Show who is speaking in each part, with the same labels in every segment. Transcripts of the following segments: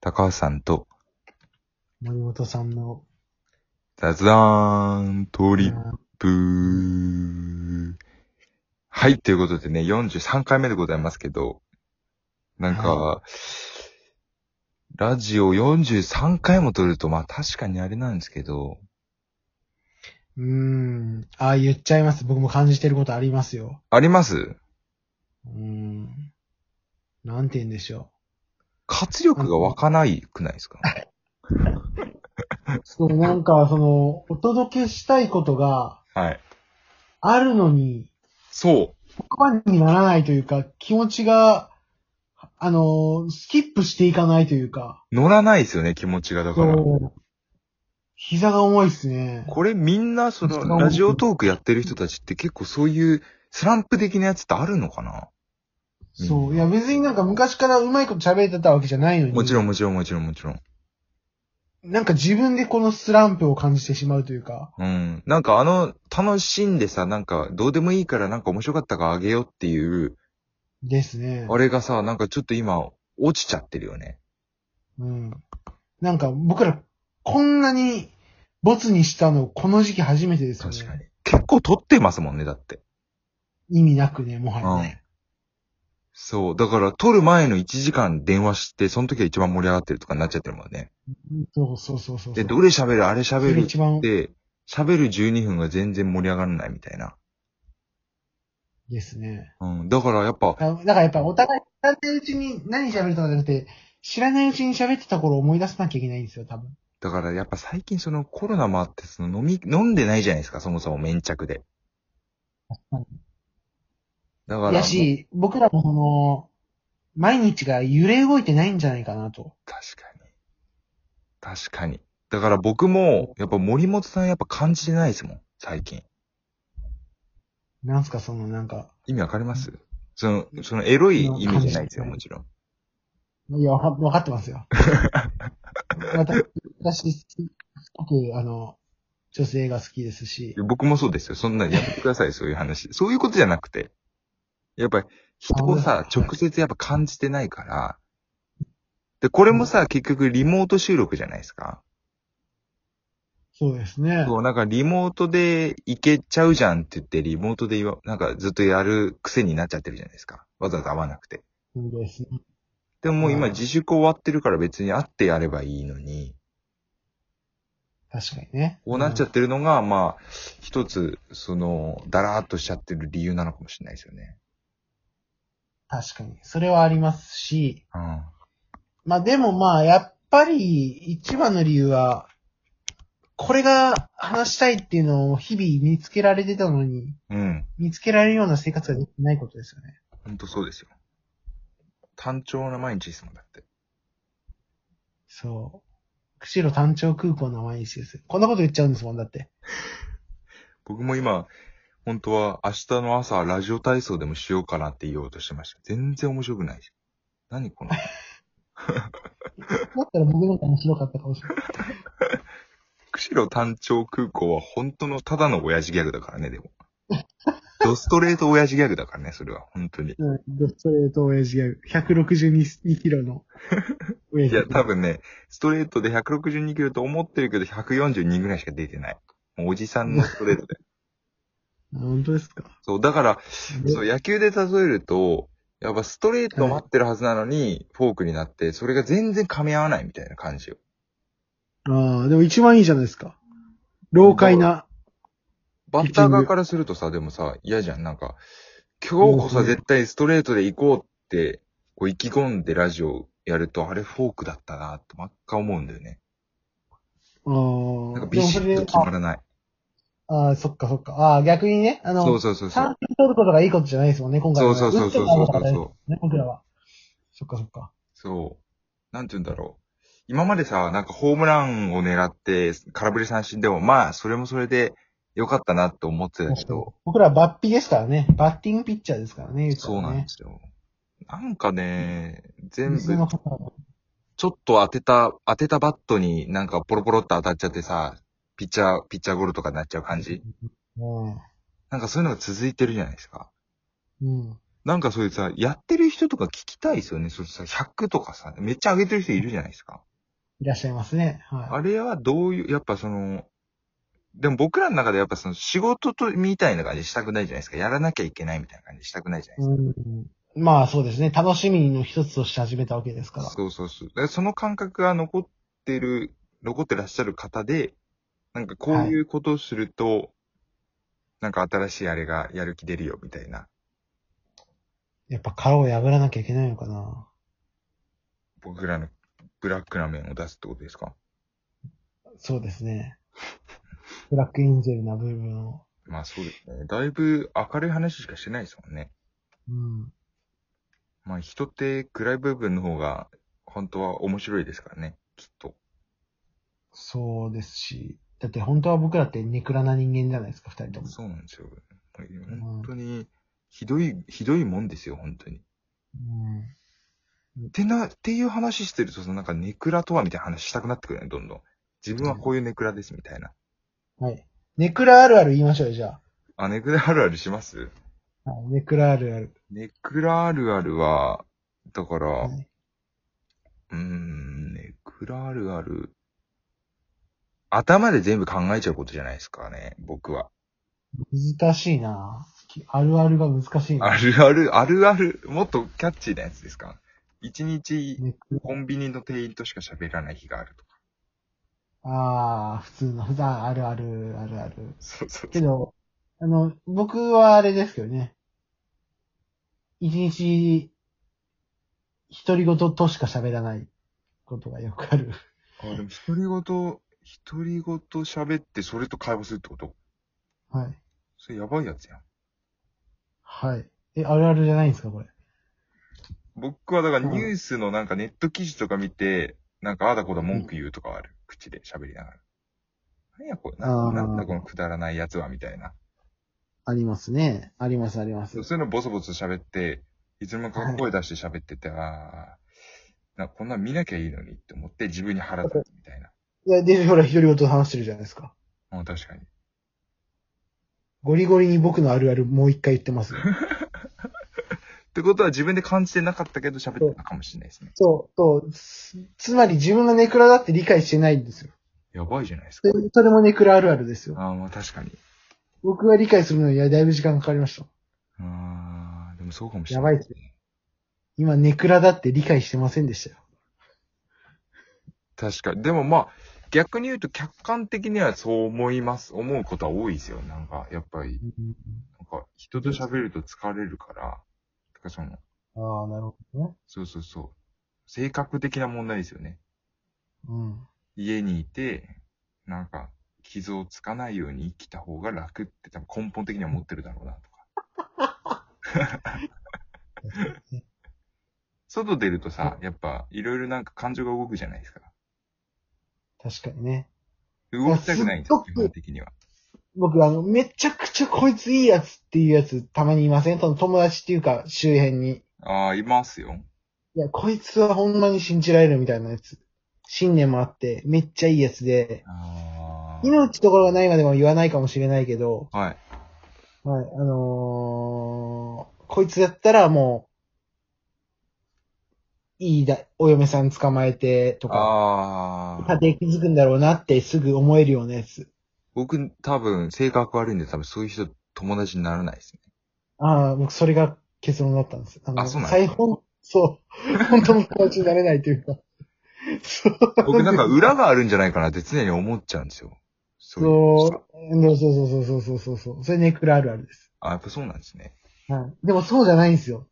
Speaker 1: 高橋さんと
Speaker 2: 森本さんの、
Speaker 1: 雑談トリッ
Speaker 2: あ
Speaker 1: プ。はい、ということでね、43回目でございますけど、なんか、
Speaker 2: は
Speaker 1: ラジオ43回も撮ると、まあ確かにあれなんですけど、
Speaker 2: うーん、ああ言っちゃいます。僕も感じてることありますよ。
Speaker 1: あります
Speaker 2: うーん。なんて言うんでしょ
Speaker 1: 活力が湧かないくないですか
Speaker 2: う。そう、なんか、その、お届けしたいことが
Speaker 1: はい。
Speaker 2: あるのに、
Speaker 1: そう。
Speaker 2: 言葉にならないというか、気持ちが、あの、スキップしていかないというか、
Speaker 1: 乗らないですよね、気持ちが。だから。
Speaker 2: そう膝が重いですね。
Speaker 1: これみんな、その、ラジオトークやってる人たちって結構そういうスランプ的なやつってあるのかな
Speaker 2: そう。いや、別になんか昔からうまいこと喋れてたわけじゃないのに。
Speaker 1: もちろん、もちろん、もちろん、もちろん。
Speaker 2: なんか自分でこのスランプを感じてしまうというか。
Speaker 1: うん。なんかあの、楽しんでさ、なんか、どうでもいいからなんか面白かったからあげようっていう、
Speaker 2: ですね。
Speaker 1: あれがさ、なんかちょっと今、落ちちゃってるよね。
Speaker 2: うん。なんか僕ら、こんなに、ボツにしたの、この時期初めてですよね。
Speaker 1: 確かに。結構撮ってますもんね、だって。
Speaker 2: 意味なくね、もはや
Speaker 1: うん
Speaker 2: ね。。
Speaker 1: そう。だから、撮る前の1時間電話して、その時は一番盛り上がってるとかになっちゃってるもんね。
Speaker 2: そうそうそうそう。
Speaker 1: で、どれ喋る、あれ喋
Speaker 2: それ
Speaker 1: る
Speaker 2: 一番
Speaker 1: って、喋る12分が全然盛り上がらないみたいな。
Speaker 2: ですね。
Speaker 1: うん。だからやっぱ、
Speaker 2: だだからやっぱお互い知らないうちに何喋るとかじゃなくて、知らないうちに喋ってた頃を思い出さなきゃいけないんですよ、多分。
Speaker 1: だからやっぱ最近そのコロナもあって、その飲み、飲んでないじゃないですか、そもそも粘着で。だから、
Speaker 2: やし、僕らもその、毎日が揺れ動いてないんじゃないかなと。
Speaker 1: 確かに。確かに。だから僕も、やっぱ森本さんやっぱ感じてないですもん、最近。
Speaker 2: なんすか、そのなんか、
Speaker 1: 意味わかりますその、そのエロい意味じゃないですよ、もちろん。
Speaker 2: いや、わかわかってま すよ。私、私、すごく、あの、女性が好きですし、
Speaker 1: 僕もそうですよ。そんなやめてください、そういう 話。そういうことじゃなくて。やっぱり、人をさ、
Speaker 2: あはい
Speaker 1: 直接やっぱ感じてないから。で、これもさ、結局リモート収録じゃないですか。
Speaker 2: そうですね。
Speaker 1: そう、なんかリモートで行けちゃうじゃんって言って、リモートで言わ、なんかずっとやる癖になっちゃってるじゃないですか。わざわざ会わなくて。
Speaker 2: そうですね。
Speaker 1: でももう今
Speaker 2: うん
Speaker 1: 自粛終わってるから別に会ってやればいいのに、
Speaker 2: 確かにね。
Speaker 1: こうなっちゃってるのが、まあ、一つ、その、だらーっとしちゃってる理由なのかもしれないですよね。
Speaker 2: うん確かに。それはありますし、
Speaker 1: うん。
Speaker 2: まあでもまあ、やっぱり、一番の理由は、これが話したいっていうのを日々見つけられてたのに、
Speaker 1: うん。
Speaker 2: 見つけられるような生活ができてないことですよね。
Speaker 1: ほんとそうですよ。単調な毎日ですもん、だって。
Speaker 2: そう。釧路単調空港の毎日ですよ。こんなこと言っちゃうんですもん、だって。
Speaker 1: 僕も今、本当は明日の朝、ラジオ体操でもしようかなって言おうとしてました。全然面白くないし。何この。
Speaker 2: だったら僕の方が面白かったかもしれない。
Speaker 1: 釧路単調空港は本当のただの親父ギャグだからね、でも。 ドストレート親父ギャグだからね、それは。本当に。
Speaker 2: うん、ストレート親父ギャグ。162キロの 親
Speaker 1: い
Speaker 2: 父ギャ
Speaker 1: や、
Speaker 2: グ。
Speaker 1: 多分ね、ストレートで162キロと思ってるけど、142ぐらいしか出てない。もうおじさんのストレートで。
Speaker 2: あ。本当ですか。
Speaker 1: そう、だから、そう、野球で例えると、やっぱストレート待ってるはずなのに、フォークになって、それが全然噛み合わないみたいな感じよ。
Speaker 2: ああ、でも一番いいじゃないですか。老快な。
Speaker 1: バッター側からするとさ、でもさ、嫌じゃん。なんか、今日こそは絶対ストレートで行こうって、こう意気込んでラジオやると、あれフォークだったなって、真っ赤思うんだよね。
Speaker 2: ああ。
Speaker 1: なんか
Speaker 2: で
Speaker 1: ビ
Speaker 2: も
Speaker 1: シ
Speaker 2: そ
Speaker 1: ッ
Speaker 2: れ
Speaker 1: と決まらない。
Speaker 2: ああ、そっかそっか。ああ、逆にね、あの、
Speaker 1: そうそうそうそう。
Speaker 2: 三振取ることがいいことじゃないですもんね、今回
Speaker 1: そ
Speaker 2: は
Speaker 1: う
Speaker 2: ね。
Speaker 1: そうそうそう
Speaker 2: 打
Speaker 1: そ
Speaker 2: っ
Speaker 1: う
Speaker 2: てた
Speaker 1: そう
Speaker 2: 方が大事
Speaker 1: そう。
Speaker 2: ね、僕らは。そっかそっか。
Speaker 1: そう。なんて言うんだろう。今までさ、なんかホームランを狙って、空振り三振でも、まあ、それもそれで良かったなって思ってたけど、
Speaker 2: 僕らはバッピですからね。バッティングピッチャーですからね、言たら
Speaker 1: そうなん
Speaker 2: ね
Speaker 1: で。すよ。なんかね、全部、
Speaker 2: 水の方は
Speaker 1: ちょっと当てた、当てたバットになんかポロポロって当たっちゃってさ、ピッチャー、ピッチャーゴロとかになっちゃう感じ
Speaker 2: ね
Speaker 1: なんかそういうのが続いてるじゃないですか。
Speaker 2: えうん。
Speaker 1: なんかそういうさ、やってる人とか聞きたいですよね。そうさ、100とかさ、めっちゃ上げてる人いるじゃないですか。
Speaker 2: いらっしゃいますね。は
Speaker 1: あれはどういう、やっぱその、でも僕らの中でやっぱその仕事と、みたいな感じしたくないじゃないですか。やらなきゃいけないみたいな感じしたくないじゃない
Speaker 2: い。
Speaker 1: ですか。
Speaker 2: うん。まあそうですね。楽しみの一つとして始めたわけですから。
Speaker 1: そうそうそう。だからその感覚が残ってる、残ってらっしゃる方で、なんかこういうことをすると、なんか新しいあれがやる気出るよみたいな。
Speaker 2: やっぱ殻を破らなきゃいけないのかな。
Speaker 1: 僕らのブラックな面を出すってことですか
Speaker 2: そうですね。 ブラックエンジェルな部分を。
Speaker 1: まあそうですね。だいぶ明るい話しかしてないですもんね。
Speaker 2: うん。
Speaker 1: まあ人って暗い部分の方が本当は面白いですからね、きっと。
Speaker 2: そうですし。だって本当は僕らってネクラな人間じゃないですか、二人とも。
Speaker 1: そうなんですよ。本当に、ひどい、ひどいもんですよ、本当に。
Speaker 2: うん。
Speaker 1: ってな、っていう話してると、そのなんかネクラとはみたいな話したくなってくるね、どんどん。自分はこういうネクラですみたいな。
Speaker 2: はい。ネクラあるある言いましょうよ、じゃ
Speaker 1: あ、ネクラあるあるします
Speaker 2: あ。はい、ネクラあるある。
Speaker 1: ネクラあるあるは、だから、
Speaker 2: はい、
Speaker 1: うーん、ネクラあるある。頭で全部考えちゃうことじゃないですかね、僕は。
Speaker 2: 難しいなあるあるが難しいな
Speaker 1: あるある、あるある、もっとキャッチーなやつですか一日、
Speaker 2: ネク
Speaker 1: コンビニの店員としか喋らない日があるとか。
Speaker 2: ああ、普通の、普段あるある、あるある。
Speaker 1: そうそう
Speaker 2: けど、あの、僕はあれですけどね。一日、独り言としか喋らないことがよくある。
Speaker 1: あ、でも、独り言、独り言喋って、それと会話するってこと
Speaker 2: はい。
Speaker 1: それやばいやつやん。
Speaker 2: はい。え、あるあるじゃないんですか、これ。
Speaker 1: 僕はだから
Speaker 2: うん
Speaker 1: ニュースのなんかネット記事とか見て、なんかあだこだ文句言うとかはある。口で喋りながら。なんやこれ、な
Speaker 2: あー
Speaker 1: なんだこのくだらないやつは、みたいな。
Speaker 2: ありますね。あります、ありま
Speaker 1: そうそういうのボソボソ喋って、いつもか
Speaker 2: はい
Speaker 1: 声出して喋ってて、あーなこんなん見なきゃいいのにって思って自分に腹立つみたいな。
Speaker 2: いや、で、ほら、独り言話してるじゃないですか。
Speaker 1: うん、確かに。
Speaker 2: ゴリゴリに僕のあるあるもう一回言っ てますよ。
Speaker 1: ってことは自分で感じてなかったけど喋ってたかもしれないですね。
Speaker 2: そう、そう。つつまり自分のネクラだって理解してないんですよ。
Speaker 1: やばいじゃないですか
Speaker 2: で。それもネクラあるあるですよ。
Speaker 1: ああ、まあ確かに。
Speaker 2: 僕が理解するのにはだいぶ時間かかりました。
Speaker 1: ああ、でもそうかもしれ
Speaker 2: や
Speaker 1: な
Speaker 2: ば
Speaker 1: い。
Speaker 2: いですね。今、ネクラだって理解してませんでしたよ。
Speaker 1: 確かに。でもまあ、逆に言うと客観的にはそう思います。思うことは多いですよ。なんか、やっぱり、なんか人と喋ると疲れるから、てかその、
Speaker 2: ああ、なるほどね。
Speaker 1: そうそうそう。性格的な問題ですよね。
Speaker 2: うん。
Speaker 1: 家にいて、なんか、傷をつかないように生きた方が楽って多分根本的には思ってるだろうなとか。外出るとさ、やっぱ、いろいろなんか感情が動くじゃないですか。
Speaker 2: 確かにね。
Speaker 1: 動きたくないんです
Speaker 2: い
Speaker 1: よ
Speaker 2: や、
Speaker 1: 基
Speaker 2: すっごく
Speaker 1: 本的には。
Speaker 2: 僕、あの、めちゃくちゃこいついいやつっていうやつ、たまにいませんその友達っていうか、周辺に。
Speaker 1: ああ、いますよ。
Speaker 2: いや、こいつはほんまに信じられるみたいなやつ。信念もあって、めっちゃいいやつで、
Speaker 1: ああ。
Speaker 2: 命ところがないまでも言わないかもしれないけど、
Speaker 1: はい。
Speaker 2: はい、あのー、こいつだったらもう、いいだ、お嫁さん捕まえてとか、
Speaker 1: ああ。
Speaker 2: 家庭築くんだろうなってすぐ思えるようなやつ。
Speaker 1: 僕、多分、性格悪いんで、多分そういう人、友達にならないですね。
Speaker 2: ああ、僕それが結論だったんです。あ
Speaker 1: あそうなん
Speaker 2: 再本、そう、本当の友達になれないというか。そう。
Speaker 1: 僕なんか裏があるんじゃないかなって常に思っちゃうんですよ。そういう人
Speaker 2: そう、うんそうそうそうそうそうそう。それネクラあるあるです。
Speaker 1: あ、やっぱそうなんですね。
Speaker 2: はい。でもそうじゃないんですよ。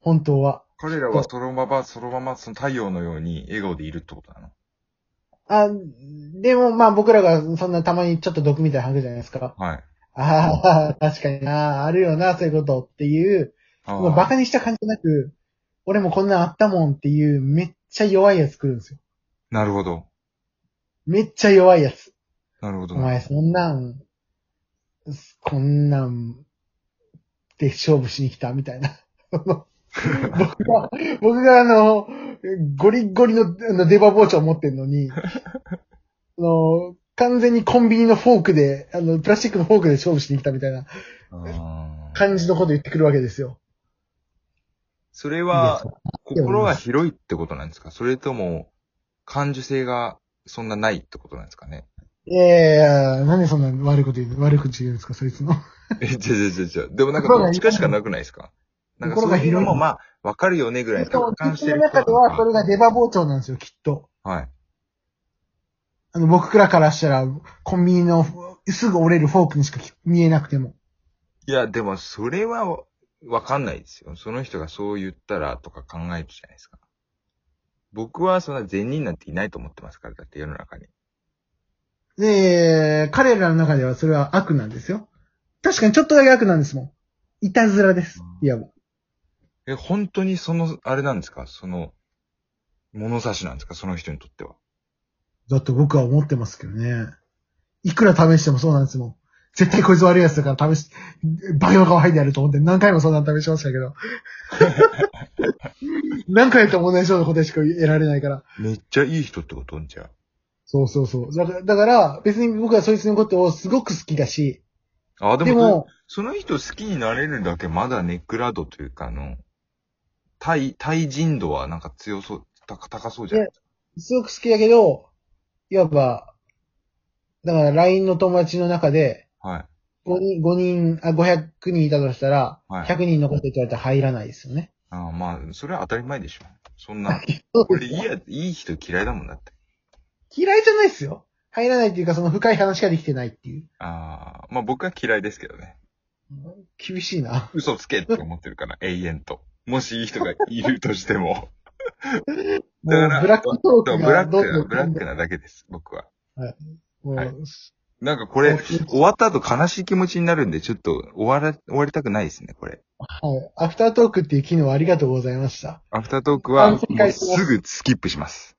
Speaker 2: 本当は。
Speaker 1: 彼らはそのまま、そのまま、その太陽のように笑顔でいるってことなの
Speaker 2: あ、でもまあ僕らがそんなたまにちょっと毒みたいなの吐くじゃないですか。
Speaker 1: はい。
Speaker 2: ああ、確かにな、あるよな、そういうことっていう、
Speaker 1: あ
Speaker 2: もうバ
Speaker 1: ー
Speaker 2: カにした感じなく、俺もこんなんあったもんっていう、めっちゃ弱いやつ来るんですよ。
Speaker 1: なるほど。
Speaker 2: めっちゃ弱いやつ。
Speaker 1: なるほど。
Speaker 2: お前そんなん、こんなん、で勝負しに来たみたいな。僕が、僕があの、ゴリゴリのあのデバ包丁持ってんのに、あの、完全にコンビニのフォークで、あの、プラスチックのフォークで勝負しに来たみたいな
Speaker 1: あー
Speaker 2: 感じのこと言ってくるわけですよ。
Speaker 1: それ
Speaker 2: や
Speaker 1: は、心が広いってことなんですかそれとも、感受性がそんなないってことなんですかね
Speaker 2: いやいやいや、なんでそんな悪いこと言う、悪口言うんですか、そいつの。
Speaker 1: え、違う違う違う。でもなんか
Speaker 2: 心が
Speaker 1: どっちかしかなくないですかなんかそういうの
Speaker 2: 心が広
Speaker 1: も
Speaker 2: い
Speaker 1: まあ、わかるよねぐらい
Speaker 2: しかも
Speaker 1: 達、観し
Speaker 2: 口
Speaker 1: て
Speaker 2: の
Speaker 1: る人
Speaker 2: 中ではそれが出刃包丁なんですよ、きっと。
Speaker 1: はい。
Speaker 2: あの、僕らからしたら、コンビニのすぐ折れるフォークにしか見えなくても。
Speaker 1: いや、でもそれはわかんないですよ。その人がそう言ったらとか考えるじゃないですか。僕はそんな善人なんていないと思ってますから、だって世の中に。
Speaker 2: で、彼らの中ではそれは悪なんですよ。確かにちょっとだけ悪なんですもん。いたずらです。いや、
Speaker 1: え、本当にその、あれなんですかその、物差しなんですかその人にとっては。
Speaker 2: だって僕は思ってますけどね。いくら試してもそうなんですもん。絶対こいつ悪いやつだから試し、倍の顔入ってやると思って何回もそんなの試しました けど。何回やっても同じようなことしか得られないから。
Speaker 1: めっちゃいい人ってことじゃ
Speaker 2: そうそうそう。だから、だから別に僕はそいつのことをすごく好きだし、
Speaker 1: あ。あ、でも
Speaker 2: でも、
Speaker 1: その人好きになれるだけまだネックラドというかあの、対、対人度はなんか強そう、高高そうじゃないですか。
Speaker 2: すごく好きだけど、いわば、だから LINE の友達の中で、
Speaker 1: はい。
Speaker 2: 5人、五人、あ、500人いたとしたら、
Speaker 1: はい
Speaker 2: 100人残ってって言われたら入らないですよね。
Speaker 1: ああまあ、それは当たり前でしょ。そんな、 俺いいや、いい人嫌いだもんだって。
Speaker 2: 嫌いじゃないですよ。入らないっていうか、その深い話ができてないっていう。
Speaker 1: ああ、まあ僕は嫌いですけどね。
Speaker 2: 厳しいな。
Speaker 1: 嘘つけって思ってるから、永遠と。もしいい人がいるとしても。
Speaker 2: も
Speaker 1: だ
Speaker 2: う
Speaker 1: から
Speaker 2: ブラックト
Speaker 1: だ
Speaker 2: ー
Speaker 1: か
Speaker 2: ク
Speaker 1: らブラ
Speaker 2: が
Speaker 1: ッ
Speaker 2: ど
Speaker 1: クな、
Speaker 2: んどん
Speaker 1: ブラックなだけです、僕は。
Speaker 2: もう
Speaker 1: はいなんかこれ、終わった後悲しい気持ちになるんで、ちょっと終わら、終わりたくないですね、これ。
Speaker 2: はい。アフタートークっていう機能ありがとうございました。
Speaker 1: アフタートークは、
Speaker 2: あ
Speaker 1: も
Speaker 2: 正解
Speaker 1: うすぐスキップします。